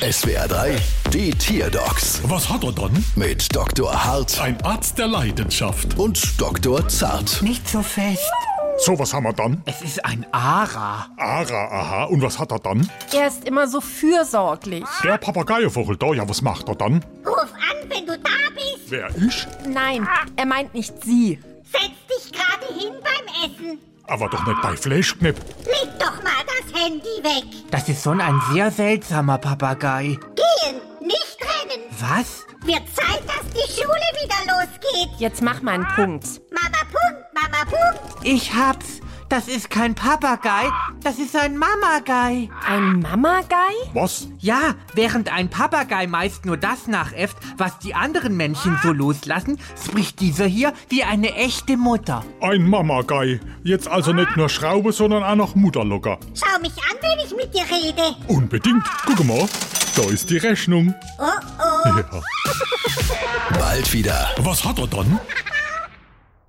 SWR 3, die Tierdocs Was hat er dann? mit Dr. Hart Ein Arzt der Leidenschaft. und Dr. Zart. Nicht so fest. So, was haben wir dann? Es ist ein Ara. Ara, aha. Und was hat er dann? Er ist immer so fürsorglich. Der Papageienvogel da, ja, was macht er dann? Ruf an, wenn du da bist. Wer, ich? Nein, er meint nicht sie. Setz dich gerade hin beim Essen. Aber doch nicht bei Fleischknepp. Leg doch mal das Handy weg. Das ist schon ein sehr seltsamer Papagei. Gehen, nicht rennen. Was? Wird Zeit, dass die Schule wieder losgeht. Jetzt mach mal einen Punkt. Mama Punkt, Mama Punkt. Ich hab's. Das ist kein Papagei, das ist ein Mamagei. Ein Mamagei? Was? Ja, während ein Papagei meist nur das nachäfft, was die anderen Männchen so loslassen, spricht dieser hier wie eine echte Mutter. Ein Mamagei. Jetzt also nicht nur Schraube, sondern auch noch Mutterlocker. Schau mich an, wenn ich mit dir rede. Unbedingt. Guck mal. Da ist die Rechnung. Oh oh. Ja. Bald wieder. Was hat er dann?